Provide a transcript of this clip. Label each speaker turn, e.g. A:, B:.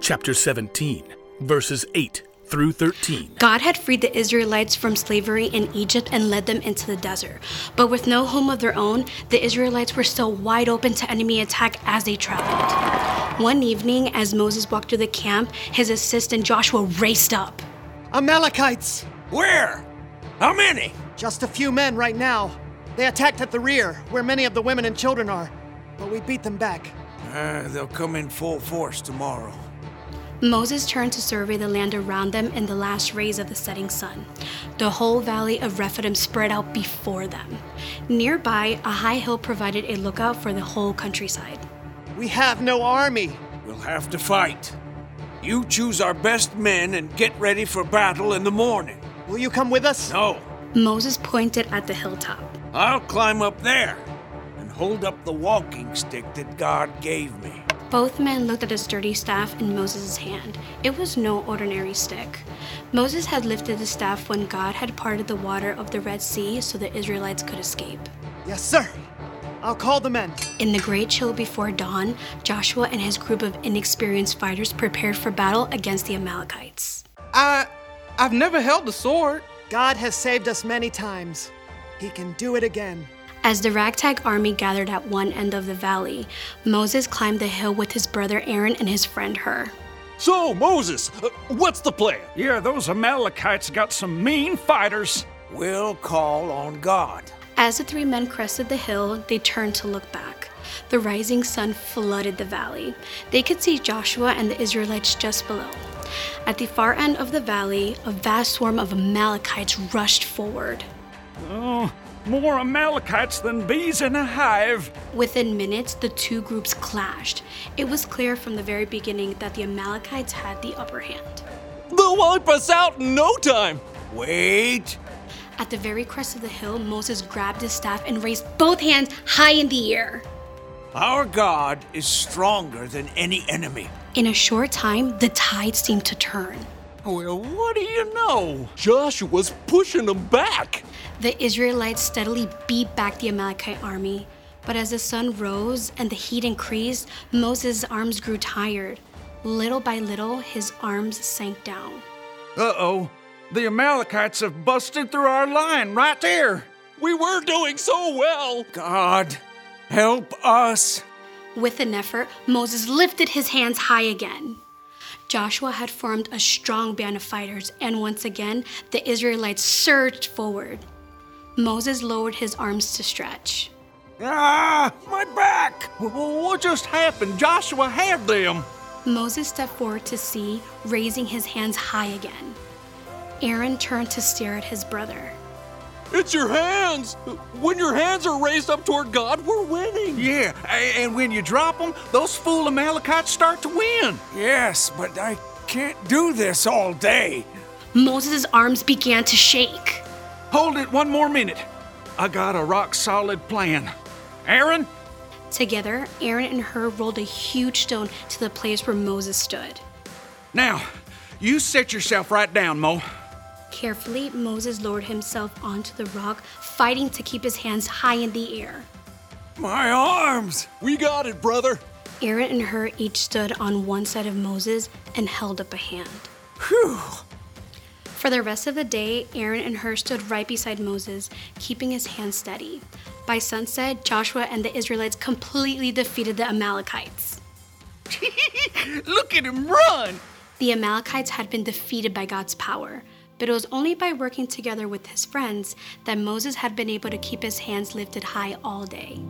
A: chapter 17, verses 8 through 13.
B: God had freed the Israelites from slavery in Egypt and led them into the desert. But with no home of their own, the Israelites were still wide open to enemy attack as they traveled. One evening, as Moses walked through the camp, his assistant Joshua raced up.
C: Amalekites!
D: Where? How many?
C: Just a few men right now. They attacked at the rear, where many of the women and children are. But we beat them back.
D: Uh, they'll come in full force tomorrow.
B: Moses turned to survey the land around them in the last rays of the setting sun. The whole valley of Rephidim spread out before them. Nearby, a high hill provided a lookout for the whole countryside.
C: We have no army.
D: We'll have to fight. You choose our best men and get ready for battle in the morning.
C: Will you come with us?
D: No,
B: Moses pointed at the hilltop.
D: I'll climb up there and hold up the walking stick that God gave me.
B: Both men looked at the sturdy staff in Moses' hand. It was no ordinary stick. Moses had lifted the staff when God had parted the water of the Red Sea so the Israelites could escape.
C: Yes, sir. I'll call the men.
B: In the great chill before dawn, Joshua and his group of inexperienced fighters prepared for battle against the Amalekites.
E: I I've never held a sword.
C: God has saved us many times. He can do it again.
B: As the ragtag army gathered at one end of the valley, Moses climbed the hill with his brother Aaron and his friend Hur.
F: So, Moses, uh, what's the plan?
G: Yeah, those Amalekites got some mean fighters.
D: We'll call on God.
B: As the three men crested the hill, they turned to look back. The rising sun flooded the valley. They could see Joshua and the Israelites just below. At the far end of the valley, a vast swarm of Amalekites rushed forward.
G: Oh, more Amalekites than bees in a hive.
B: Within minutes, the two groups clashed. It was clear from the very beginning that the Amalekites had the upper hand.
E: They'll wipe us out in no time.
D: Wait.
B: At the very crest of the hill, Moses grabbed his staff and raised both hands high in the air.
D: Our God is stronger than any enemy.
B: In a short time, the tide seemed to turn.
D: Well, what do you know?
E: Joshua's pushing them back.
B: The Israelites steadily beat back the Amalekite army. But as the sun rose and the heat increased, Moses' arms grew tired. Little by little, his arms sank down.
G: Uh oh. The Amalekites have busted through our line right there.
E: We were doing so well.
D: God, help us.
B: With an effort, Moses lifted his hands high again. Joshua had formed a strong band of fighters, and once again, the Israelites surged forward. Moses lowered his arms to stretch.
D: Ah, my back.
G: Wh- wh- What just happened? Joshua had them.
B: Moses stepped forward to see, raising his hands high again. Aaron turned to stare at his brother.
E: It's your hands. When your hands are raised up toward God, we're winning.
G: Yeah, a- and when you drop them, those fool Amalekites start to win.
D: Yes, but I can't do this all day.
B: Moses' arms began to shake.
G: Hold it one more minute. I got a rock solid plan. Aaron,
B: Together, Aaron and Hur rolled a huge stone to the place where Moses stood.
G: now, you set yourself right down, Mo.
B: Carefully, Moses lowered himself onto the rock, fighting to keep his hands high in the air.
D: My arms.
E: We got it, brother.
B: Aaron and Hur each stood on one side of Moses and held up a hand.
D: Phew.
B: For the rest of the day, Aaron and Hur stood right beside Moses, keeping his hands steady. By sunset, Joshua and the Israelites completely defeated the Amalekites.
E: Look at him run.
B: The Amalekites had been defeated by God's power, but it was only by working together with his friends that Moses had been able to keep his hands lifted high all day.